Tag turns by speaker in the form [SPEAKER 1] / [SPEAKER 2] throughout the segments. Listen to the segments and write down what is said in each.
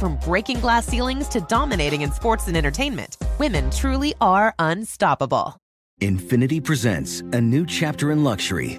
[SPEAKER 1] From breaking glass ceilings to dominating in sports and entertainment, women truly are unstoppable.
[SPEAKER 2] Infinity presents a new chapter in luxury,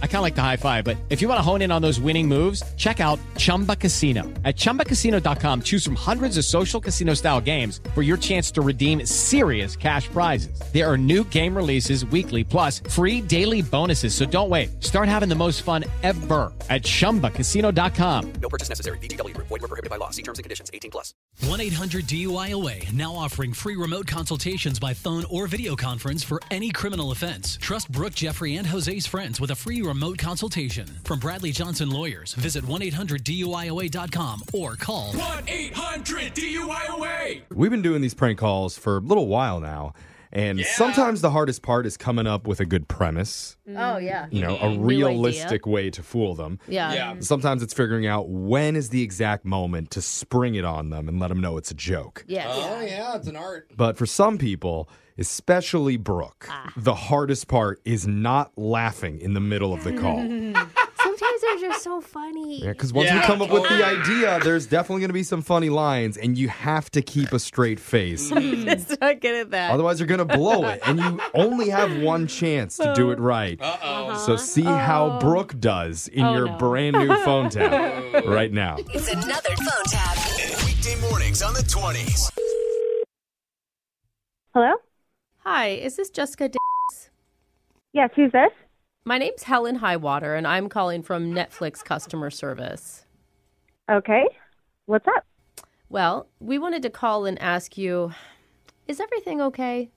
[SPEAKER 3] I kind of like the high five, but if you want to hone in on those winning moves, check out Chumba Casino. At chumbacasino.com, choose from hundreds of social casino style games for your chance to redeem serious cash prizes. There are new game releases weekly, plus free daily bonuses. So don't wait. Start having the most fun ever at chumbacasino.com.
[SPEAKER 4] No purchase necessary. VGW Group. Void were prohibited by law. See terms and conditions. 18 plus.
[SPEAKER 5] 1 800 DUIOA now offering free remote consultations by phone or video conference for any criminal offense. Trust Brooke, Jeffrey, and Jose's friends with a free remote consultation. From Bradley Johnson Lawyers, visit 1 800 DUIOA.com or call
[SPEAKER 6] 1 800 DUIOA.
[SPEAKER 7] We've been doing these prank calls for a little while now, and sometimes the hardest part is coming up with a good premise,
[SPEAKER 8] Mm.
[SPEAKER 9] Oh, yeah.
[SPEAKER 7] you know, a
[SPEAKER 9] idea.
[SPEAKER 7] realistic way to fool them.
[SPEAKER 9] Yeah.
[SPEAKER 7] Sometimes it's figuring out when is the exact moment to spring it on them and let them know it's a joke.
[SPEAKER 9] Yes.
[SPEAKER 6] Oh, yeah, it's an art.
[SPEAKER 7] But for some people, especially Brooke,
[SPEAKER 8] Ah.
[SPEAKER 7] the hardest part is not laughing in the middle of the call.
[SPEAKER 8] Sometimes they're just so funny.
[SPEAKER 7] Yeah, because once we
[SPEAKER 6] Yeah,
[SPEAKER 7] come up with the idea, there's definitely going to be some funny lines, and you have to keep a straight face.
[SPEAKER 9] Just not good at that.
[SPEAKER 7] Otherwise, you're going to blow it, and you only have one chance to do it right.
[SPEAKER 6] Oh. Uh-oh. Oh,
[SPEAKER 7] So see how Brooke does in your brand new phone tap right now.
[SPEAKER 10] It's another phone tap.
[SPEAKER 11] Weekday mornings on the 20s.
[SPEAKER 8] Hello?
[SPEAKER 9] Hi, is this Jessica? D-
[SPEAKER 8] Yes, who's this?
[SPEAKER 9] My name's Helen Highwater, and I'm calling from Netflix customer service.
[SPEAKER 8] Okay. What's up?
[SPEAKER 9] Well, we wanted to call and ask you, is everything okay?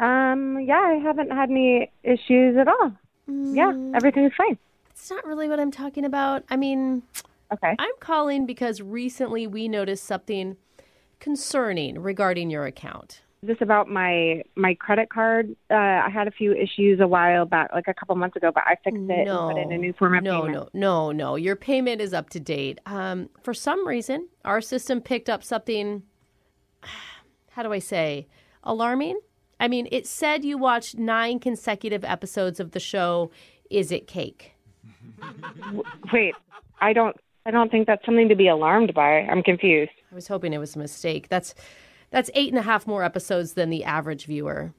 [SPEAKER 8] Um, yeah, I haven't had any issues at all. Yeah,
[SPEAKER 9] Mm.
[SPEAKER 8] everything's fine.
[SPEAKER 9] It's not really what I'm talking about. I mean,
[SPEAKER 8] Okay.
[SPEAKER 9] I'm calling because recently we noticed something concerning regarding your account.
[SPEAKER 8] Just about my my credit card. Uh, I had a few issues a while back, like a couple months ago, but I fixed it
[SPEAKER 9] no,
[SPEAKER 8] and put in a new form of
[SPEAKER 9] no,
[SPEAKER 8] payment.
[SPEAKER 9] no, no, no. Your payment is up to date. Um, for some reason, our system picked up something. How do I say alarming? I mean, it said you watched nine consecutive episodes of the show. Is it cake?
[SPEAKER 8] Wait, I don't I don't think that's something to be alarmed by. I'm confused.
[SPEAKER 9] I was hoping it was a mistake. That's that's eight and a half more episodes than the average viewer.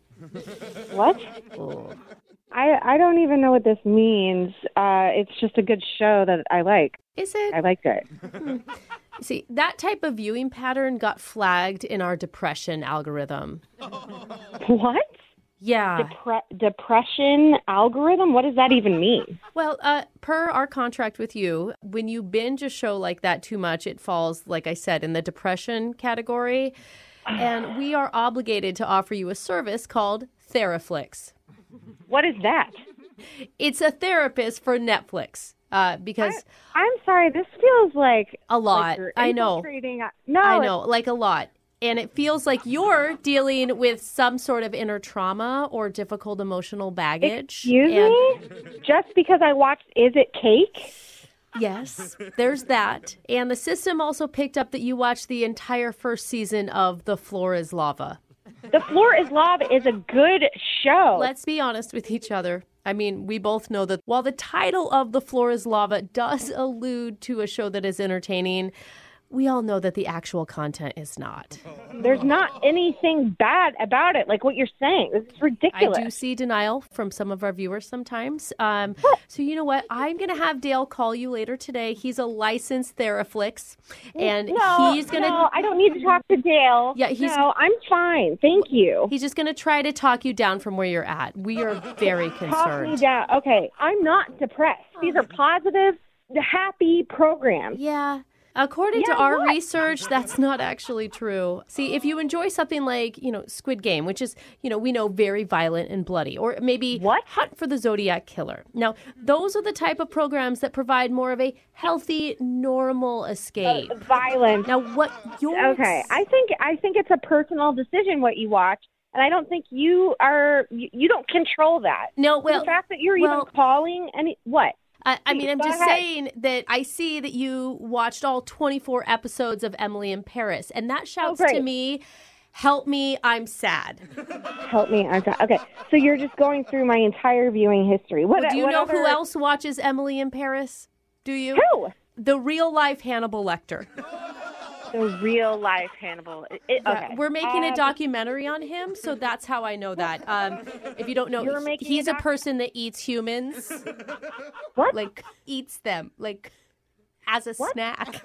[SPEAKER 8] What?
[SPEAKER 9] Oh.
[SPEAKER 8] I I don't even know what this means. Uh, it's just a good show that I like.
[SPEAKER 9] Is it?
[SPEAKER 8] I liked it.
[SPEAKER 9] See, that type of viewing pattern got flagged in our depression algorithm.
[SPEAKER 8] What?
[SPEAKER 9] Yeah.
[SPEAKER 8] Depre- depression algorithm? What does that even mean?
[SPEAKER 9] Well, uh, per our contract with you, when you binge a show like that too much, it falls, like I said, in the depression category. And we are obligated to offer you a service called Theraflix.
[SPEAKER 8] What is that?
[SPEAKER 9] It's a therapist for Netflix uh, because
[SPEAKER 8] I'm sorry. This feels like
[SPEAKER 9] a lot.
[SPEAKER 8] you're
[SPEAKER 9] I know.
[SPEAKER 8] infiltrating- No,
[SPEAKER 9] I
[SPEAKER 8] it's-
[SPEAKER 9] know, like a lot. And it feels like you're dealing with some sort of inner trauma or difficult emotional baggage.
[SPEAKER 8] Excuse
[SPEAKER 9] And-
[SPEAKER 8] me. Just because I watched Is It Cake?
[SPEAKER 9] Yes, there's that. And the system also picked up that you watched the entire first season of The Floor is Lava.
[SPEAKER 8] The Floor is Lava is a good show.
[SPEAKER 9] Let's be honest with each other. I mean, we both know that while the title of The Floor is Lava does allude to a show that is entertaining, we all know that the actual content is not.
[SPEAKER 8] There's not anything bad about it, like what you're saying. This is ridiculous.
[SPEAKER 9] I do see denial from some of our viewers sometimes. Um, so you know what? I'm gonna have Dale call you later today. He's a licensed Theraflix, and
[SPEAKER 8] no,
[SPEAKER 9] he's gonna.
[SPEAKER 8] no, I don't need to talk to Dale.
[SPEAKER 9] Yeah, he's.
[SPEAKER 8] No, I'm fine. Thank you.
[SPEAKER 9] He's just gonna try to talk you down from where you're at. We are very
[SPEAKER 8] Talk me
[SPEAKER 9] concerned.
[SPEAKER 8] down. Okay, I'm not depressed. These are positive, happy programs.
[SPEAKER 9] Yeah. According to
[SPEAKER 8] Yeah,
[SPEAKER 9] our
[SPEAKER 8] what?
[SPEAKER 9] research, that's not actually true. See, if you enjoy something like, you know, Squid Game, which is, you know, we know very violent and bloody, or maybe what? Hunt for the Zodiac Killer. Now, those are the type of programs that provide more of a healthy, normal escape.
[SPEAKER 8] Violence.
[SPEAKER 9] Now, what you're
[SPEAKER 8] Uh, Okay, I think I think it's a personal decision what you watch, and I don't think you are you, you don't control that.
[SPEAKER 9] No, well,
[SPEAKER 8] the fact that you're
[SPEAKER 9] well-
[SPEAKER 8] even calling any what?
[SPEAKER 9] I, I mean, I'm
[SPEAKER 8] Go
[SPEAKER 9] just
[SPEAKER 8] ahead.
[SPEAKER 9] saying that I see that you watched all 24 episodes of Emily in Paris, and that shouts to
[SPEAKER 8] Oh, great.
[SPEAKER 9] me, "Help me, I'm sad."
[SPEAKER 8] Help me. I'm sorry. Okay, so you're just going through my entire viewing history. What?
[SPEAKER 9] Well, do you
[SPEAKER 8] what
[SPEAKER 9] know
[SPEAKER 8] other-
[SPEAKER 9] who else watches Emily in Paris? Do you?
[SPEAKER 8] Who?
[SPEAKER 9] The real life Hannibal Lecter.
[SPEAKER 8] The real life Hannibal. It- it-
[SPEAKER 9] Yeah,
[SPEAKER 8] okay.
[SPEAKER 9] We're making
[SPEAKER 8] Um,
[SPEAKER 9] a documentary on him, so that's how I know that. Um, if you don't know,
[SPEAKER 8] You're
[SPEAKER 9] he-
[SPEAKER 8] making a
[SPEAKER 9] he's a
[SPEAKER 8] doc-
[SPEAKER 9] person that eats humans.
[SPEAKER 8] What?
[SPEAKER 9] Like eats them, like as a snack.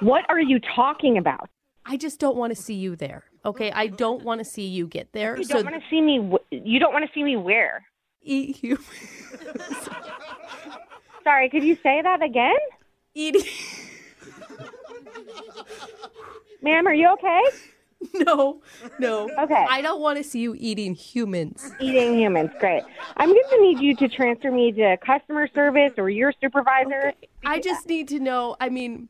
[SPEAKER 8] What are you talking about?
[SPEAKER 9] I just don't want to see you there. Okay, I don't want to see you get there.
[SPEAKER 8] You
[SPEAKER 9] so
[SPEAKER 8] don't want to see me. w- You don't want to see me where?
[SPEAKER 9] eat humans.
[SPEAKER 8] Sorry, could you say that again,
[SPEAKER 9] eat.
[SPEAKER 8] ma'am? Are you okay?
[SPEAKER 9] No, no.
[SPEAKER 8] Okay.
[SPEAKER 9] I don't want to see you eating humans.
[SPEAKER 8] Eating humans, great. I'm going to need you to transfer me to customer service or your supervisor.
[SPEAKER 9] I just need to know. I mean,